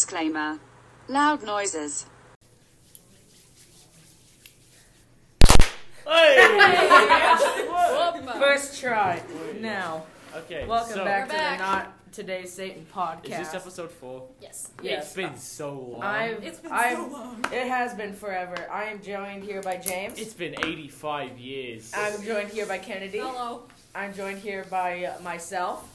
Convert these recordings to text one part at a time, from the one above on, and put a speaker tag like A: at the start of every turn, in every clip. A: Disclaimer. Loud noises.
B: Hey!
C: First try. Now,
B: Okay.
C: welcome
B: so,
C: back
D: We're
C: to
D: back.
C: the Not Today Satan podcast.
B: Is this episode four?
D: Yes.
C: Yes.
B: It's been so long.
C: I've,
D: It's been
C: I've,
D: so long.
C: It has been forever. I am joined here by James.
B: It's been 85 years.
C: I'm joined here by Kennedy.
D: Hello.
C: I'm joined here by uh, myself.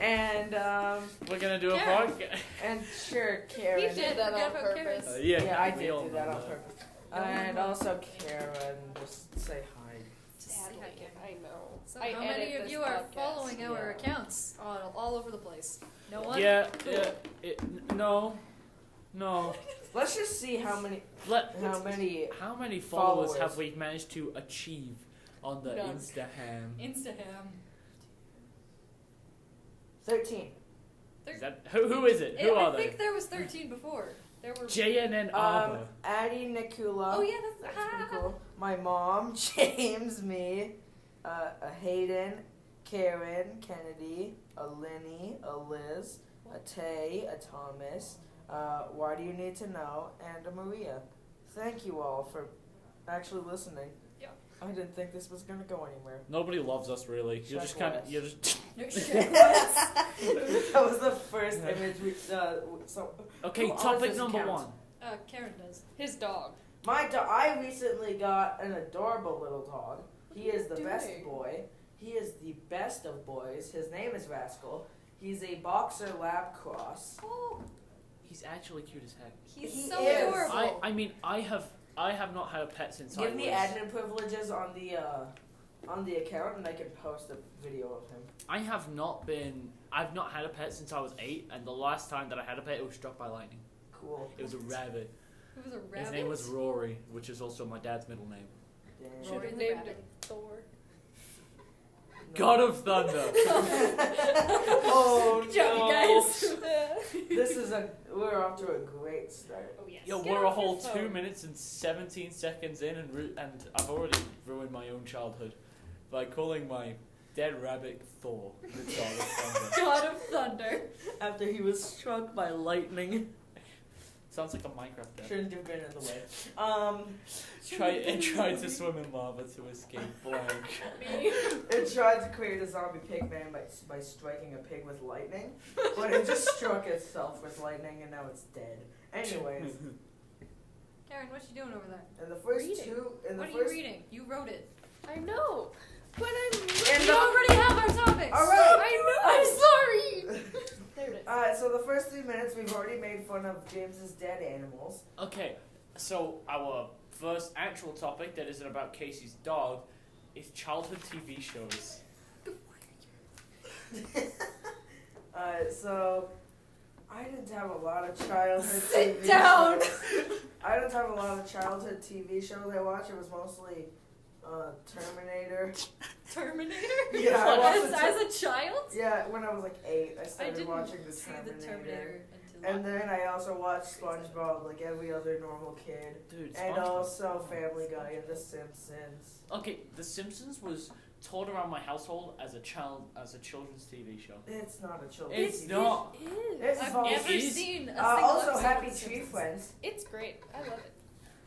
C: And, um,
B: We're gonna do a
D: Yeah.
B: podcast.
C: and sure, Karen.
D: You did that on purpose.
B: Uh,
C: Yeah,
B: yeah,
C: I
B: we
C: did
B: all
C: do that
B: know
C: on purpose. And also, Karen, just say hi.
D: Just say hi.
E: I know.
D: So
E: I
D: how many
E: edit
D: of
E: this
D: you are
E: podcast.
D: following our
C: Yeah.
D: accounts all, all over the place? No one?
B: Yeah,
D: Cool.
B: yeah. It, n- no. No.
C: Let's just see how many,
B: Let,
C: how many,
B: how many followers,
C: Followers.
B: have we managed to achieve on the
E: None.
B: Instagram?
D: Instaham.
C: 13.
B: Is that, who, who is it? Who
D: I
B: are
D: think
B: they?
D: there was 13 before. There were.
B: JNN
C: Um,
B: Arbor.
C: Addie Nicula.
D: oh, yeah, that's.
C: That's pretty cool. My mom, James, me, uh, uh, Hayden, Karen, Kennedy, a Lenny, a Liz, a Tay, a Thomas. Uh, why do you need to know? And a Maria. Thank you all for actually listening.
D: Yeah.
C: I didn't think this was gonna go anywhere.
B: Nobody loves us really. You're
C: Chuck
B: just kind
C: West.
B: of. You're just.
D: No,
C: that was the first
B: Yeah.
C: image we. Uh, w- so
B: Okay,
C: Who owns
B: topic
C: this
B: number
C: account?
B: one.
D: uh, Karen does.
E: His dog.
C: My dog. I recently got an adorable little dog. He
E: What are
C: is
E: you
C: the best
E: doing?
C: boy. He is the best of boys. His name is Rascal. He's a boxer lab cross.
D: Oh,
B: He's actually cute as heck.
D: he's
C: He
D: so
C: is.
D: adorable.
B: I, I mean, I have. I have not had a pet since I
C: Give me
B: was-
C: admin privileges on the uh, on the account, and I can post a video of him.
B: I have not been. I've not had a pet since I was eight, and the last time that I had a pet, it was struck by lightning.
C: Cool.
B: It was a rabbit.
D: it was a rabbit.
B: His name was Rory, which is also my dad's middle name.
C: Damn.
D: Rory
E: Should've
D: the
E: named
D: rabbit.
E: him Thor.
C: No.
B: God of Thunder.
C: oh
D: Good job,
C: no!
D: you guys.
C: This is a. We're off to a great start.
E: Oh yes.
B: Yo,
D: Get
B: we're a
D: off your
B: whole two
D: phone.
B: minutes and seventeen seconds in, and ru- and I've already ruined my own childhood by calling my dead rabbit Thor, the God of Thunder.
D: God of Thunder.
C: After he was struck by lightning,
B: Sounds like a Minecraft death.
C: shouldn't have been in the way. Um.
B: Try and tried to swim in lava to escape blank.
E: Me.
C: It tried to create a zombie pig man by, by striking a pig with lightning, but it just struck itself with lightning and now it's dead. Anyways,
D: Karen, what you doing over there?
C: in the first
E: Reading.
C: two, in the
D: What are you
C: first,
D: reading? You wrote it.
E: I know. But I'm
C: And
D: we
C: the-
D: already have our topics.
C: All right.
D: I know. I'm sorry.
E: There it is.
C: uh, so the first three minutes we've already made fun of James's dead animals.
B: Okay, so our first actual topic that isn't about Casey's dog is childhood TV shows.
C: uh, so I didn't have a lot of childhood.
D: Sit
C: TV
D: down.
C: shows. I didn't have a lot of childhood TV shows I watched. It was mostly uh, Terminator.
D: Terminator.
C: Yeah, I watched
D: As,
C: the
D: as a child,
C: Yeah, when I was like eight, I
D: I
C: started
D: didn't
C: watching the
D: see
C: Terminator.
D: the Terminator until
C: And then I also watched SpongeBob like every other normal kid,
B: Dude,
C: and
B: SpongeBob.
C: also Family Guy and The Simpsons.
B: Okay, The Simpsons was taught around my household as a child as a children's TV show.
C: It's not a children's
B: It's
C: TV.
B: not.
E: It is.
C: It's
D: I've
C: false.
D: never
B: It is-
D: seen a
C: Uh,
D: single
C: also,
D: episode
C: Happy
D: of The
C: Tree
D: Simpsons.
C: Friends.
E: It's great. I love it.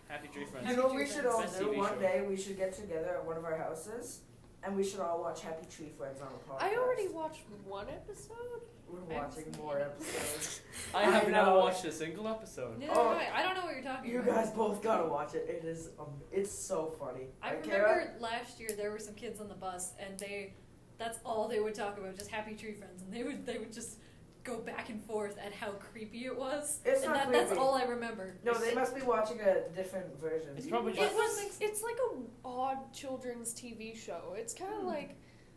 B: Happy Tree Friends.
C: You
D: Happy
C: know,
D: Tree
C: we
D: Friends.
C: should all
B: Best
C: do
B: TV
C: one
B: show.
C: day. We should get together at one of our houses, and we should all watch Happy Tree Friends on the podcast.
E: I already watched one episode.
C: We're watching more episodes.
B: I have
C: I
B: never
C: know.
B: watched a single episode.
D: Neither
C: Oh.
D: do I. I don't know what you're talking
C: You
D: about.
C: guys both gotta watch it. It is, um, it's so funny.
D: I
C: Right,
D: remember
C: Kara?
D: last year there were some kids on the bus and they, that's all they would talk about, just Happy Tree Friends, and they would they would just go back and forth at how creepy it was.
C: It's
D: and
C: not
D: that, that's
C: creepy.
D: all I remember.
C: No, they must be watching a different version.
B: It's probably
E: It
B: just.
E: was. It's like a odd children's TV show. It's kind of like.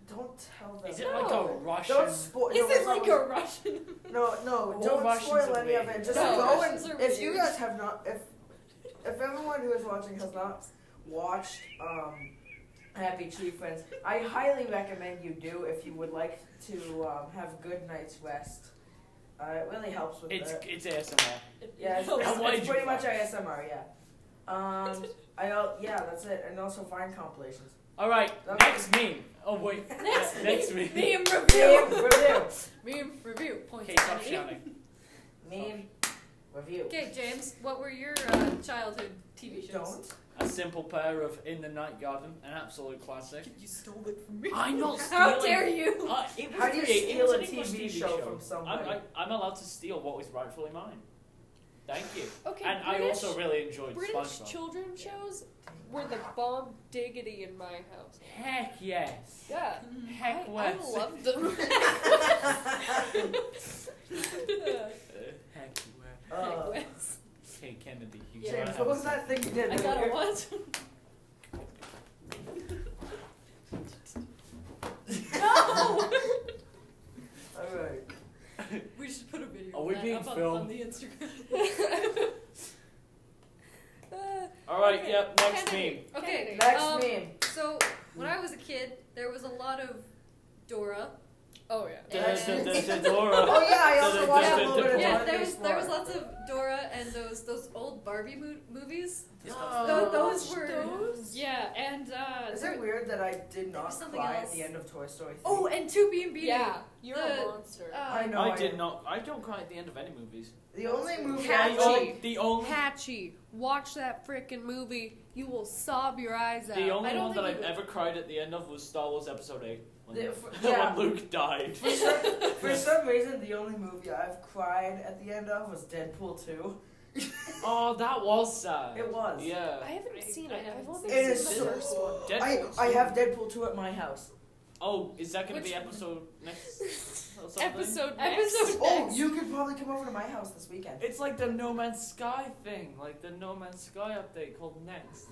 C: Don't tell them.
B: Is it like a
E: No.
B: Russian?
C: Don't spoil.
D: Is
C: no,
D: it
C: it's
D: like
C: not
D: a Russian?
C: No, no,
B: All
C: don't
B: Russians
C: spoil
B: are
C: any of
B: weird.
C: it. Just
D: No,
C: go
D: Russians
C: and
D: are
C: if you
D: weird.
C: guys have not, if if everyone who is watching has not watched um, Happy Tree Friends, I highly recommend you do if you would like to um, have good night's rest. Uh, it really helps with
B: It's
C: the-
B: it's ASMR.
C: yeah, it's,
D: No.
C: it's-
B: Why'd
C: it's
B: you
C: pretty much
B: watch?
C: ASMR. Yeah. Um, I al- yeah, that's it, and also find compilations.
B: All right,
C: Okay.
B: next meme. Oh wait,
D: Next,
B: next
D: meme,
B: meme.
C: Meme
D: meme review.
C: review.
D: meme review. Points
B: Okay,
D: to
B: stop
D: me.
B: shouting.
C: Meme review.
D: Okay, James, what were your uh, childhood
C: You
D: TV shows?
C: don't.
B: A simple pair of In the Night Garden, an absolute classic.
D: You stole it from me.
B: I'm not
D: How
B: stealing.
D: dare you?
B: Uh, it was
C: How do you
B: create- it was
C: steal a
B: an English
C: TV,
B: TV
C: show, from somebody?
B: I'm, I, I'm allowed to steal what was rightfully mine. Thank you.
E: Okay,
B: and
E: British,
B: I also really enjoyed
E: British
B: SpongeBob.
E: children shows were the bomb diggity in my house.
B: Heck yes.
E: Yeah,
B: Heck
E: I, I
B: yes.
E: loved them.
B: Uh, heck yes.
D: Oh.
C: Uh,
D: Wes.
B: Hey Kennedy, you
E: Yeah.
B: gotta
C: James,
B: have
C: what was
B: a-
C: that thing you did?
D: I got a what? no!
C: Alright.
D: We should put a video
B: Are
D: of
B: we
D: that
B: being
D: up on-
B: filmed?
D: on the Instagram.
E: Uh,
B: All right,
E: Okay.
B: yep. Next
E: Kennedy.
B: meme.
D: okay,
C: Next
D: um,
C: meme.
D: So when I was a kid, there was a lot of Dora.
E: oh yeah.
B: Da- da-
D: And-
B: da- da- Dora.
C: Oh yeah, I
B: Da-
C: also
B: da-
C: watched
B: da-
C: a little
B: da-
C: bit of
D: Yeah,
C: Dora
D: there
C: the
D: was there was
C: Explorer.
D: lots of Dora and those those old Barbie mo- movies.
B: Oh.
D: Tho- those were
E: Those?
D: yeah, and uh,
C: Is
D: there-
C: it weird that I did not
D: something
C: cry
D: else.
C: at the end of Toy Story 3?
D: oh, and two B and B.
E: Yeah, you're
D: The-
E: a monster.
D: uh,
C: I know.
B: I did not. I don't cry at the end of any movies.
C: The only movie
E: Cat
C: I
B: The only,
E: Gee.
B: the only,
E: Patchy, watch that frickin' movie. You will sob your eyes out.
B: the only
D: don't
B: one that
D: think
B: I've
D: you-
B: ever cried at the end of was Star Wars Episode Eight when,
C: The- f-
B: when
C: yeah.
B: Luke died.
C: For some, for some reason, the only movie I've cried at the end of was Deadpool 2.
B: Oh, that was sad.
C: It was.
B: Yeah. Oh,
E: I haven't
D: I-
E: seen
D: I
E: it.
D: haven't
E: I've only
D: seen
E: seen
C: It
E: the
C: is so.
E: first one.
C: I,
B: Deadpool
C: I
B: 2.
C: have Deadpool 2 at my house.
B: Oh, is that gonna
D: Which
B: be
D: one?
B: episode next? Or something?
E: Episode next.
D: Episode
C: Oh,
D: next.
C: you could probably come over to my house this weekend.
B: It's like the No Man's Sky thing, like the No Man's Sky update called Next.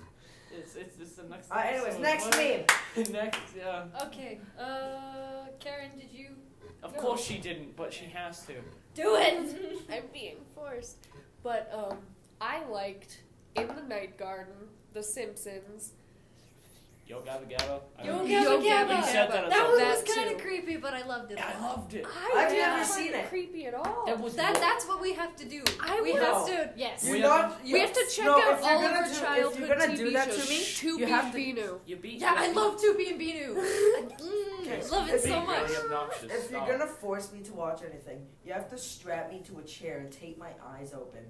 B: It's it's, it's the next.
C: Uh, anyways,
B: episode.
C: next
B: What?
C: meme.
B: next, yeah.
D: Okay, uh, Karen, did you
B: Of
D: No.
B: course she didn't, but she has to.
D: do it?
E: I'm being forced. But um, I liked In the Night Garden, The Simpsons.
B: Yo Gabba Gabba. I
D: Yo
B: mean,
D: Gabba
B: we
D: Gabba.
B: said that,
E: That
B: at
D: That
B: some
D: one
B: point.
D: was
E: That
D: kind of
E: too.
D: creepy, but I loved it.
B: I loved it.
E: I
C: I've
E: didn't
C: never
E: find
C: seen it.
E: creepy at all.
B: That was
D: That that's what we have to do.
E: I
D: we
E: will.
D: have to yes.
B: We
C: You're
B: have-
C: not, you,
E: we have to check
C: no,
E: out
C: if you're
E: all of
C: gonna
E: our
C: do,
E: childhood
C: If you're gonna
E: TV
C: do that
E: shows.
C: to me,
E: to
C: you
E: be
C: have to.
E: Vinu.
B: you beat.
D: yeah,
B: you
D: I
B: beat-
D: love Two B and Binu.
C: Okay,
D: Mm, love it
C: if
D: so
B: beat
D: much.
B: Really obnoxious.
C: If you're
B: Stop.
C: gonna force me to watch anything, you have to strap me to a chair and tape my eyes open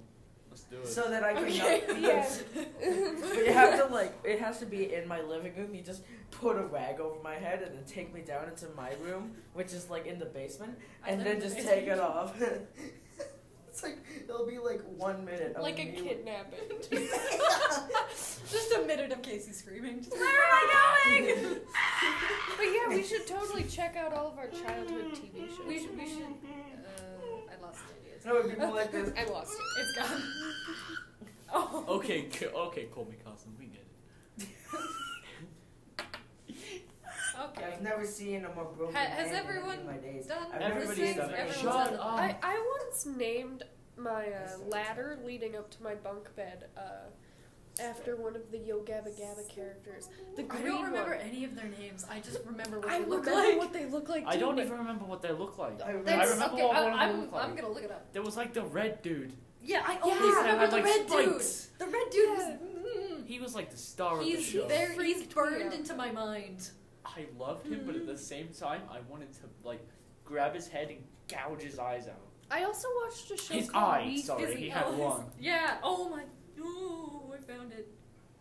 B: let's do it.
C: so that I can.
D: Okay.
C: not-
E: Yeah.
C: But you have to like it has to be in my living room. You just put a rag over my head and then take me down into my room, which is like in the basement,
D: I
C: and
D: live
C: then
D: in the
C: just
D: basement.
C: take it off. it's like it'll be like one minute. Of
E: like a
C: me-
E: kidnapping.
D: Just a minute of Casey screaming. Just,
E: Where am I going? but yeah, we should totally check out all of our childhood TV shows.
D: we should. We should. Uh, I lost the idea.
C: No, it would be more like this.
E: I lost it.
D: It's gone.
E: Oh.
B: Okay, c- okay, call me Carson. We get it.
D: Okay.
C: I've never seen a more broken
D: Ha-
C: man
D: has
C: in any of
D: everyone
C: my days.
D: done
C: I've never
B: Everybody's
C: seen
D: Everything's-
B: done it.
D: everyone's
B: Shut
D: done it.
B: up.
E: I, I once named my uh,
C: That's so
E: ladder leading up to my bunk bed uh, after one of the Yo Gabba Gabba characters. The
D: I
E: green
D: don't remember
E: one.
D: any of their names. I just remember what
E: I
D: they look
E: remember
D: like.
E: what they look like.
B: I
E: too,
B: don't
E: but-
B: even remember what they look like.
C: I remember.
D: That's-
B: I remember
D: okay,
B: what
D: I,
B: one of them
D: I'm,
B: looked like.
D: I'm gonna look it up.
B: There was like the red dude.
D: Oh, Yeah, I
E: only
D: always
B: They had,
D: remember the
B: like,
D: red
B: spikes.
D: dude. The red dude
E: Yeah.
D: was.
B: He was like the star
D: Mm,
B: of the
D: he's
B: show.
D: very. He's
E: Freaked me
D: burned
E: out.
D: into my mind.
B: I loved him, but at the same time, I wanted to like grab his head and gouge his eyes out.
E: I also watched a show
B: His
E: called
B: eye,
E: We
B: sorry,
E: Fizzy
B: he had
E: Ellis.
B: one.
D: Yeah. Oh my. Ooh, I found it.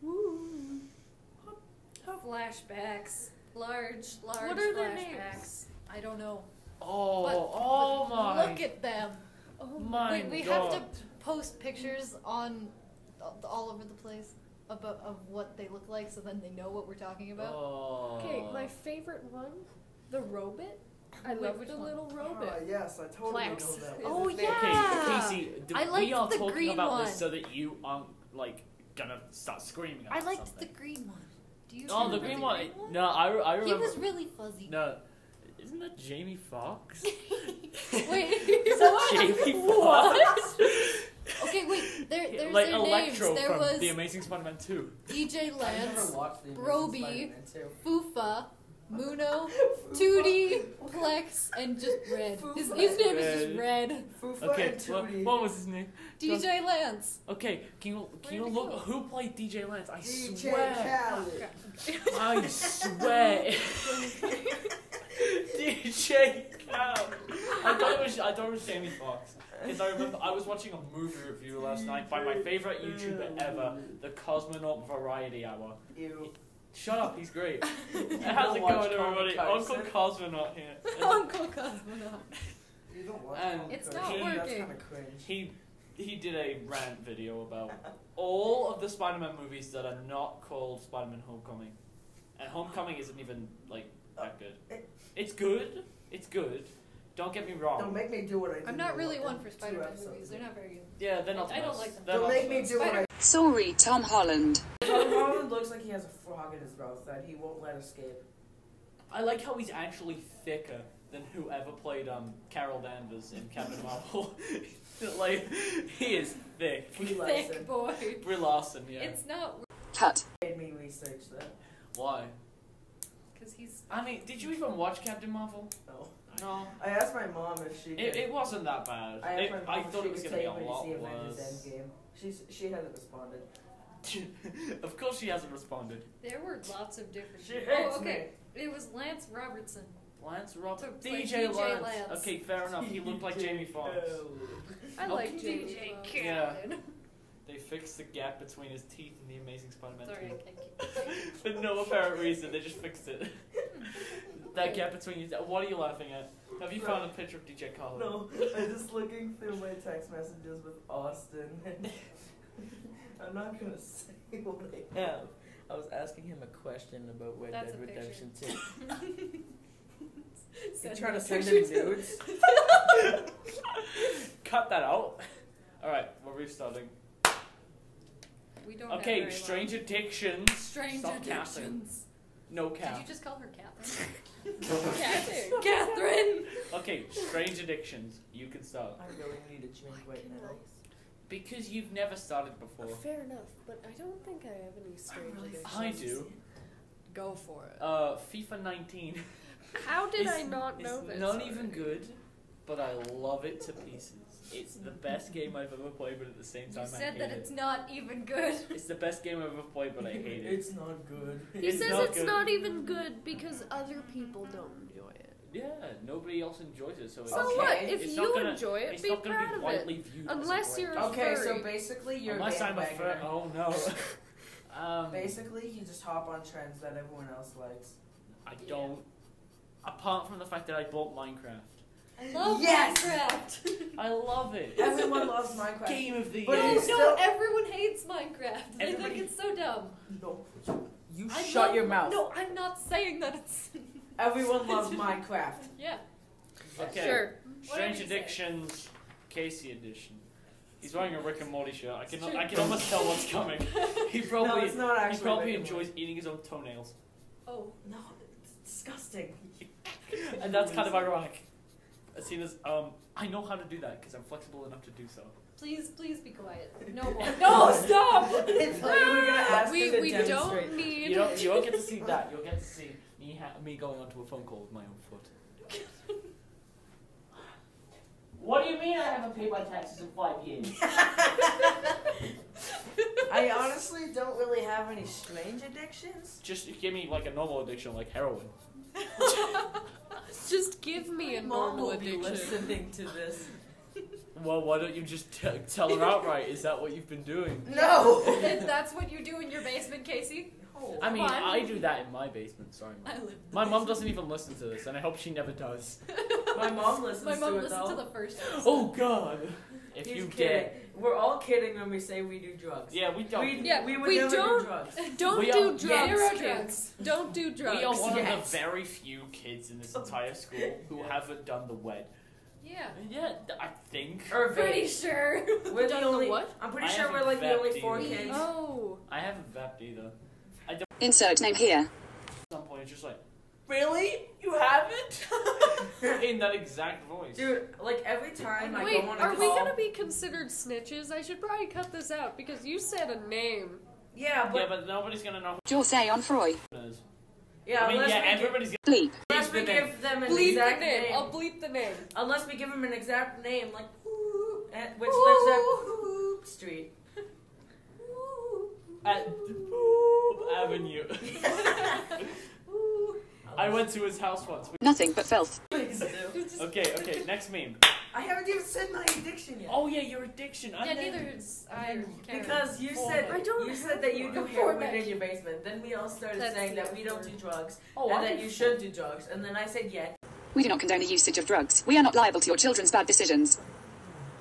E: Ooh.
D: Flashbacks. Large, large
E: What are
D: flashbacks.
E: their
D: I don't know.
B: Oh,
D: But-
B: oh
D: but
B: my!
D: Look at them.
E: Oh
B: my
F: Wait, we
B: God.
F: have to post pictures on all over the place about of what they look like, so then they know what we're talking about.
B: Oh.
E: Okay, my favorite one, the robot. I
F: Wait,
E: love
F: which
E: the
F: one?
E: little
C: Oh,
E: robot.
C: yes, I totally
E: Flex.
C: know that.
E: Is
F: Oh,
E: his name.
F: yeah.
B: Okay, Casey, d-
F: I
B: we
F: liked
B: are
F: the
B: talking
F: green
B: about
F: one.
B: this so that you aren't like gonna start screaming. About
F: I liked
B: something.
F: the green one. Do you
B: Oh,
F: remember
B: the green one. No, I, re- I
F: He
B: remember.
F: was really fuzzy.
B: No, isn't that Jamie Fox?
F: wait,
B: Is that Jamie Fox?
F: okay, wait. There, there's
B: like
F: their
B: Electro
F: names. There
B: from
F: was
B: The Amazing Spider-Man Two.
F: DJ
C: I've never
F: Lance,
C: watched the Amazing
F: Broby.
C: Spider-Man 2.
F: Fufa, Muno, 2D, Plex, and just Red. His, his name is just Red.
C: Fufa
B: Okay,
C: and
B: well,
C: Tootie.
B: what was his name?
F: DJ Lance.
B: Okay, can you can you
E: Where'd it
B: look
E: go?
B: who played DJ Lance? I
C: DJ
B: swear,
C: Khaled.
B: I swear, DJ Khaled. I thought it was I thought it was Jamie Foxx because I remember I was watching a movie review last night by my favorite YouTuber ever, the Cosmonaut Variety Hour.
C: Ew.
B: Shut up, he's great.
C: You
B: How's
C: don't
B: it
C: watch
B: going, everybody?
C: Comic
B: Uncle
C: Carson.
B: Cosmonaut here.
D: Oh,
F: Uncle Cosmonaut.
C: You don't watch
B: And
C: Comic
F: It's
C: Carson.
B: not
C: That's
F: working.
C: kind of cringe.
B: He he did a rant video about all of the Spider-Man movies that are not called Spider-Man: Homecoming, and Homecoming isn't even like
C: Uh,
B: that good. It's good. It's good. Don't get me wrong.
C: Don't make me do what I did.
F: I'm not
C: in
F: really
C: the
F: one
C: two
F: for Spider-Man
C: episodes.
F: movies. They're not very good.
B: yeah, they're not.
D: I don't
B: the
D: like
B: best.
D: them.
B: They're
C: Don't
B: not
C: make
B: the
C: me
B: best.
C: do what I
A: Sorry, Tom Holland.
C: Tom Holland looks like he has a frog in his mouth that he won't let escape.
B: I like how he's actually thicker than whoever played um Carol Danvers in Captain Marvel. like he is thick.
C: He likes
D: Thick
C: it.
D: boy.
B: Brie Larson, yeah.
D: It's not
A: Cut.
C: Made me research that.
B: Why?
D: because he's
B: I mean, did you even watch Captain Marvel?
C: No.
B: No.
C: I asked my mom if she.
B: It,
C: could-
B: it wasn't that bad.
C: I
B: It-
C: asked my mom
B: I
C: if
B: thought
C: she
B: it was
C: could
B: going to be a
C: take me to
B: lot
C: see Avengers
B: worse.
C: Endgame. She's she hasn't responded.
B: of course, she hasn't responded.
D: there were lots of different.
C: She hates
D: oh, okay.
C: me.
D: It was Lance Robertson.
B: Lance Rob,
D: To play
B: DJ,
D: DJ
B: Lance.
D: Lance.
B: Okay, fair enough. He looked like Jamie Foxx.
E: I
B: Oh,
E: like Jamie.
D: DJ
E: Foxx.
B: Yeah.
D: Khaled.
B: They fixed the gap between his teeth in the Amazing Spider-Man
D: Sorry, I can't.
B: two. For no apparent reason, they just fixed it. that gap between his. What are you laughing at? Have you found a picture of DJ Khaled?
C: No, I'm just looking through my text messages with Austin. I'm not gonna say what I have. I was asking him a question about Red
D: That's
C: Dead
D: a picture.
C: Redemption 2. You
D: Send
C: trying
D: me
C: to
D: a
C: send him
D: picture to-
C: nudes?
B: Cut that out. All right, we're restarting.
D: We don't. have very
B: Okay,
D: long.
B: Strange Addictions.
D: Strange
B: Stop capping.
D: addictions.
B: No
D: Did
B: cap.
D: you just call her Catherine?
E: Catherine.
D: Catherine.
B: Okay, strange addictions. You can start.
C: I really need a drink right now.
B: Because you've never started before.
E: Fair enough, but I don't think I have any strange
F: really
E: addictions.
B: I do.
F: Go for it.
B: Uh, FIFA 19.
E: How did
B: It's-
E: I not know
B: it's
E: this?
B: not
E: already?
B: even good, but I love it to pieces. It's the best game I've ever played, but at the same
D: You
B: time I
D: said
B: hate
D: that
B: it.
D: it's not even good.
B: It's the best game I've ever played, but I hate it.
C: It's not good.
E: He
B: It's
E: says
B: not
E: it's
B: good.
E: not even good because other people don't enjoy it.
B: Yeah, nobody else enjoys it, so it's
E: So
C: Okay.
E: what? If
B: it's
E: you
B: not gonna,
E: enjoy it,
B: it's
E: be
B: not gonna
E: proud
B: be
E: of it.
B: widely viewed. as a
E: Unless
B: great
E: you're
B: game.
C: Okay, so
E: furry.
C: basically you're
B: Unless I'm a fur.
C: bandwagoner.
B: Oh no. um,
C: Basically, you just hop on trends that everyone else likes.
B: I don't. Apart from the fact that I bought Minecraft,
D: I love
C: Yes!
D: Minecraft.
B: I love it.
C: Everyone loves Minecraft.
B: Game of the
C: But
B: year.
D: no,
C: you
D: no,
C: still-
D: everyone hates Minecraft. They
B: Everybody-
D: think it's so dumb.
C: No, you
D: I
C: shut
D: love-
C: your mouth.
D: No, I'm not saying that it's.
C: Everyone loves Minecraft.
D: yeah.
B: Okay.
E: Sure.
D: Whatever
B: Strange
D: you say.
B: Addictions, Casey edition. He's wearing a Rick and Morty shirt. I can I can almost tell what's coming. He
C: no,
B: probably
C: it's not
B: he
C: actually.
B: probably
C: Rick and Morty.
B: enjoys eating his own toenails,
D: Oh,
C: No, it's disgusting.
B: and that's kind of ironic. As seen as um, I know how to do that because I'm flexible enough to do so.
D: please, please be quiet. No more. no, stop.
C: It's like we're gonna ask him
E: we
C: to
E: we
C: demonstrate.
E: don't need.
B: You don't you won't get to see that. You'll get to see me ha- me going onto a phone call with my own foot. What do you mean I haven't paid my taxes in five years?
C: I honestly don't really have any strange addictions.
B: Just give me like a normal addiction, like heroin.
E: Just give me a normal addiction.
C: listening to this.
B: Well, why don't you just t- tell her outright? Is that what you've been doing?
C: No.
D: If that's what you do in your basement, Casey.
B: I mean,
D: Fun.
B: I do that in my basement. Sorry, mom.
D: I live.
B: My mom doesn't even listen to this, and I hope she never does.
C: my mom listens
D: My mom
C: to it
D: listened
C: though.
D: to the first. episode.
B: Oh God! If
C: He's
B: you
C: kidding.
B: get,
C: we're all kidding when we say we do drugs.
B: yeah, we don't.
C: We,
E: Yeah,
C: we would
E: we
C: never
E: don't-
C: do drugs.
E: Don't
B: We
E: do
B: are-
E: drugs.
D: Yeah, zero
E: kids.
D: drugs.
E: Don't do drugs.
B: we are one of
C: yes.
B: the very few kids in this entire school who haven't done the wed.
D: Yeah.
B: Yeah, th- I think
C: Or
D: Pretty
C: vape.
D: sure.
C: We're the
E: Done the
C: only.
E: what?
C: I'm pretty
B: I
C: sure we're
B: haven't
C: like the only
B: vaped
C: four
B: either.
C: kids.
E: Oh.
B: I haven't vapped either.
A: Insert name here.
B: At some point, it's just like, really? You haven't? in that exact voice.
C: Dude, like every time I
E: Wait,
C: go on a
E: are we
C: call,
E: gonna be considered snitches? I should probably cut this out because you said a name.
C: yeah, but
B: Yeah, but nobody's gonna know
A: Jose on Freud.
B: who it is.
C: Yeah,
B: I mean,
C: unless,
B: yeah,
C: we give,
B: everybody's
A: bleep,
C: unless
B: Bleep
C: we
B: the name.
C: give them an
E: Bleep
C: exact
E: the name.
C: name.
E: I'll bleep the name.
C: Unless we give them an exact name, like Whoop, and- which lives at Whoop Street.
B: at the Boob Avenue. I went to his house once.
A: nothing but filth.
C: Please do.
B: Okay, okay, next meme.
C: I haven't even said my addiction yet.
B: Oh yeah, your addiction. I
D: Yeah,
B: never-
D: neither is I care.
C: Because you
B: Format.
C: said
B: I
E: don't
C: you said that you do
E: format.
C: heroin in your basement. Then we all started
D: That's
C: saying
D: the
C: that we don't
D: word.
C: do drugs
B: Oh,
C: and
B: I
C: that
B: do-
C: you should do drugs. And then I said yes.
A: We do not condone the usage of drugs. We are not liable to your children's bad decisions.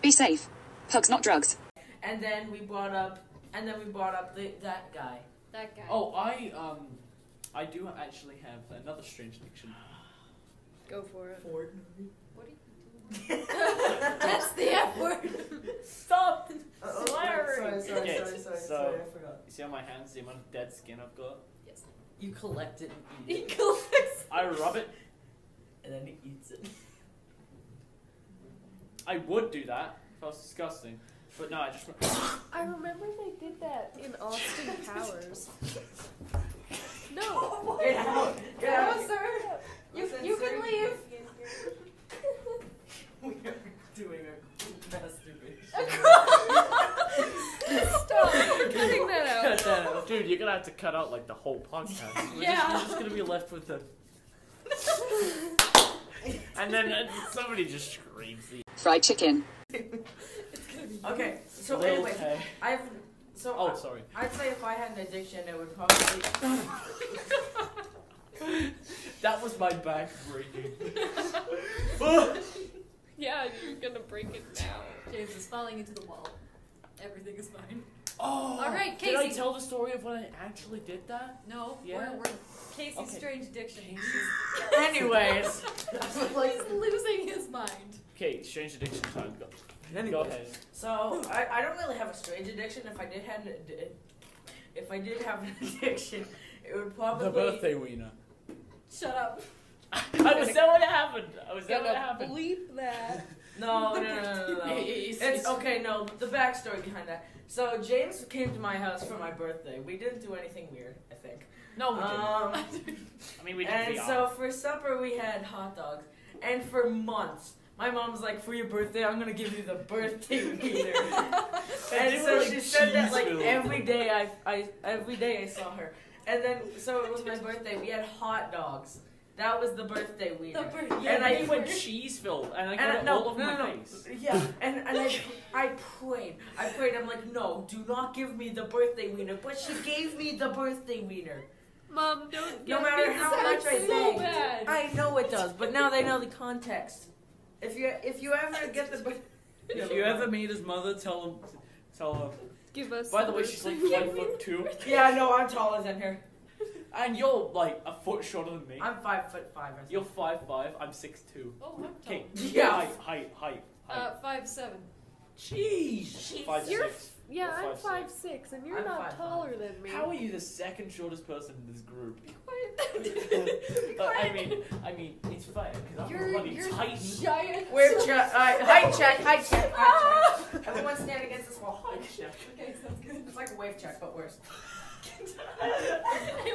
A: Be safe. Hugs, not drugs.
C: And then we brought up and then we brought up the, that guy.
D: that guy.
B: Oh, I um, I do actually have another strange addiction.
D: Go for it.
C: Ford.
D: What are you doing? That's the F word.
B: Stop!
C: Sorry, sorry, sorry,
B: Okay,
C: sorry, sorry,
B: so-
C: sorry, I forgot.
B: You see on my hands the amount of dead skin I've got.
D: Yes.
C: You collect it and eat it,
D: Eagle fix.
B: I rub it.
C: and then he eats it.
B: I would do that if I was disgusting, but no, I just.
E: I remember they did that in Austin Powers. No,
C: Get out! Get out!
E: no, sir. You,
C: Listen,
E: you
C: sir,
E: can leave.
C: We are doing a masturbation.
E: Stop cutting that out.
B: Cut that out. Dude, you're gonna have to cut out like the whole podcast. We're, just,
D: Yeah.
B: we're just gonna be left with the. and then uh, somebody just screams the.
A: Fried chicken.
C: Okay, so
B: Little
C: anyway,
B: Tay.
C: I have so
B: Oh, sorry.
C: I, I'd say if I had an addiction, it would probably
B: That was my back Oh, breaking.
E: Yeah, you're gonna break it down.
D: James is falling into the wall. Everything is fine.
B: Oh.
D: All right,
B: Did I
D: Casey.
B: tell the story of when I actually did that?
D: No,
B: Yeah.
D: we're, we're Casey's
B: Okay.
D: strange addiction.
C: Anyways,
D: He's losing his mind.
B: Okay, strange addiction time. Go, go
C: Anyways.
B: ahead.
C: So I, I don't really have a strange addiction. If I did have an addi- if I did have an addiction, it would probably
B: wiener.
D: Shut up.
B: I was Oh, that what happened. I was that what
E: Gonna
B: happened.
E: bleep that.
C: No, no, no, no, no.
B: It-
C: no.
B: it- it's-
C: It's
B: it's-
C: okay. No, the backstory behind that. So James came to my house for my birthday. We didn't do anything weird, I think.
B: No, Oh, we didn't.
C: Um,
B: I mean, we did
C: and
B: VR.
C: so for supper we had hot dogs, and for months my mom's like, for your birthday I'm gonna give you the birthday wiener.
B: they
C: and
B: were,
C: so
B: like,
C: she said that like
B: cheese-filled.
C: every day I, I every day I saw her, and then so it was my birthday. We had hot dogs. That was the birthday
D: The
C: wiener.
D: bird.
B: Yeah,
C: and I
B: they went
C: were-
B: cheese filled, and I got
C: And I,
B: it
C: no,
B: all over
C: no,
B: my
C: no, no.
B: face.
C: Yeah, and, and I, I prayed. I prayed. I'm like, no, do not give me the birthday wiener. But she gave me the birthday wiener.
E: Mom, don't
C: No
E: get
C: matter
E: me
C: how
E: started.
C: much I Uh,
E: so
C: begged.
E: bad.
C: I know it does, but now they know the context. If you if you ever get the
B: If you ever meet his mother, tell him. Tell him.
E: Give us.
B: By the way, she's like five foot two,
C: yeah, no, I'm taller than her.
B: and you're like a foot shorter than me.
C: I'm five foot five. Or
B: You're five five. I'm six two.
D: Oh, I'm
B: Okay.
D: tall.
C: Yeah.
B: Height, height, height, height.
D: Uh, five seven.
B: Jeez. Five
E: You're
B: six.
E: Yeah,
B: You're
E: I'm
B: five
E: five six, and you're
C: I'm
E: not
C: five
E: taller than me.
B: How are you the second shortest person in this group?
D: What?
B: but I mean, I mean, it's fair because I'm a
D: You're-
B: bloody
D: you're
B: titan.
D: Giant.
C: We're ju- uh, height check, height check, height check. Everyone stand against this wall. Height check.
D: Okay, sounds good.
C: It's like a wave check, but worse.
D: Hey,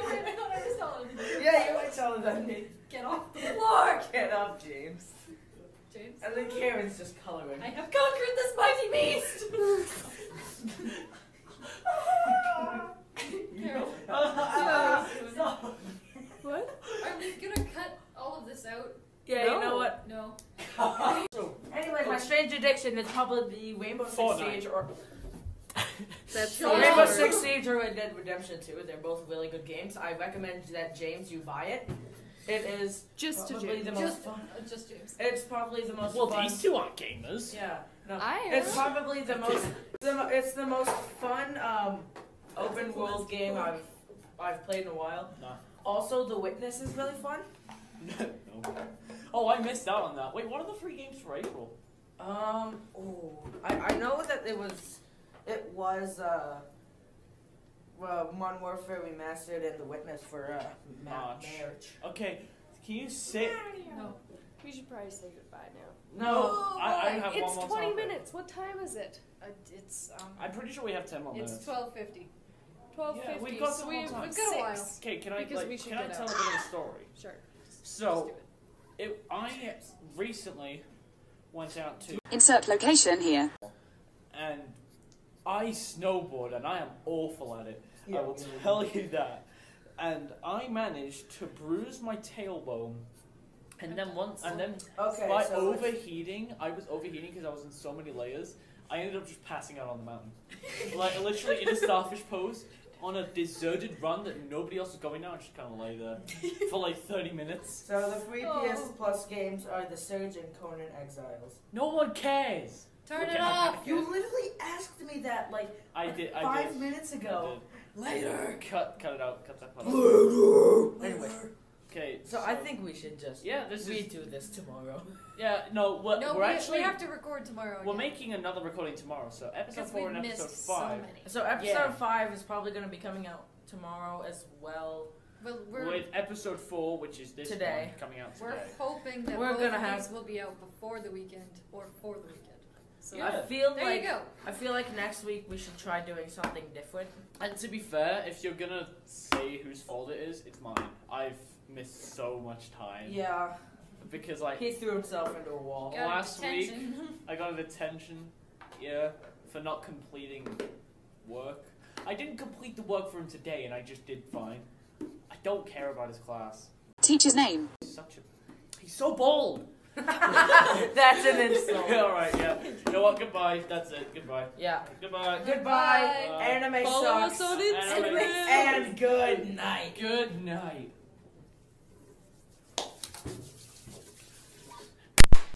D: wait a minute, I was telling you.
C: Yeah, you are taller than me.
D: Get off the floor,
C: Get up, James.
D: James.
C: And then Karen's just coloring.
D: I have conquered this mighty beast. Carol,
C: Ah,
D: Stop.
E: What?
D: are we gonna cut all of this out?
C: yeah, you know what?
D: No.
C: Anyway, my strange addiction is probably Rainbow Six
B: Fortnite.
C: Siege or
E: That's
D: Shut
E: the
D: up.
C: Rainbow
E: word.
C: Six Siege or Red Dead Redemption 2. They're both really good games. I recommend that James you buy it. It is
E: Just to
C: probably
E: do.
C: the most
D: Just, uh,
C: fun.
D: just James.
C: It's probably the most
B: Well,
C: fun.
B: these two aren't gamers.
C: Yeah. No.
E: I am.
C: It's probably the most. The, mo- it's the most fun um, open world game I've I've played in a while.
B: Nah.
C: Also, The Witness is really fun.
B: No. Oh, I missed out on that. Wait, what are the free games for April?
C: Um. Ooh, I, I know that it was, it was uh, uh, Modern Warfare Remastered and The Witness for uh, ma-
B: March.
C: marriage.
B: Okay, can you sit?
D: No.
E: We should probably say goodbye now.
C: No.
B: I, I have
E: it's
B: one more
E: 20
B: topic.
E: minutes. What time is it?
D: Uh, it's um.
B: I'm pretty sure we have ten more
D: It's
B: minutes.
D: twelve fifty.
E: Twelve
B: Yeah,
E: fifty.
B: we've got
E: so
B: some
E: we,
B: more
E: have
B: time.
E: we've got a while.
D: Six.
B: Okay, can I
E: Because
B: like,
E: we should
B: can I
E: get
B: tell
E: out.
B: a bit of a story?
E: Sure.
B: So
E: Let's do it.
B: it, I recently went out to
A: Insert location here.
B: and I snowboard and I am awful at it.
C: Yeah,
B: I will
C: yeah, yeah.
B: tell you that. And I managed to bruise my tailbone, and then once, and then
C: Okay,
B: by
C: so it's-
B: overheating, I was overheating because I was in so many layers. I ended up just passing out on the mountain, like literally in a starfish pose on a deserted run that nobody else was going. Now I just kind of lay there for like thirty minutes.
C: So the free
D: Oh.
C: PS Plus games are The Surge and Conan Exiles.
B: No one cares.
D: Turn
B: Okay,
D: it
B: I'm
D: off.
B: gonna
C: You
B: get-
C: literally asked me that like
B: I did. I
C: five
B: did.
C: minutes
B: I
C: ago.
B: did.
C: Later.
B: Cut, cut it out. Cut that part out.
C: anyway,
B: Okay.
C: so I think we should just
B: Yeah, this
C: we
B: is.
C: do this tomorrow.
B: Yeah, no, we're,
D: No,
B: Uh, we're
D: we,
B: actually.
D: we have to record tomorrow.
B: We're
D: again.
B: making another recording tomorrow, so episode
D: because
B: four
D: we've
B: and
D: missed
B: episode
D: so
B: five.
D: many.
C: So episode
B: Yeah.
C: five is probably going to be coming out tomorrow as well.
D: Well, we're
B: With episode four, which is this
C: Today.
B: one coming out
D: we're
B: today.
D: hoping that
C: We're
D: both
C: gonna
D: of
C: have-
D: these will be out before the weekend or for the weekend. So
B: Yeah.
C: I feel
D: there
C: like
D: you go.
C: I feel like next week we should try doing something different.
B: And to be fair, if you're gonna say whose fault it is, it's mine. I've missed so much time
C: Yeah,
B: because like
C: he threw himself into a wall.
B: Yeah. last week-
D: week.
B: I got a detention, yeah, for not completing work. I didn't complete the work for him today, and I just did fine. I don't care about his class.
A: Teacher's name.
B: He's such a. He's so bold.
C: That's an
B: yeah,
C: insult.
B: all right, yeah. You know what? Goodbye. That's it. Goodbye.
C: yeah.
B: Goodbye.
C: Goodbye.
B: Bye.
C: Anime
E: Follow
C: sucks.
E: us on
B: Anime
E: Instagram.
C: and good night.
B: Good night.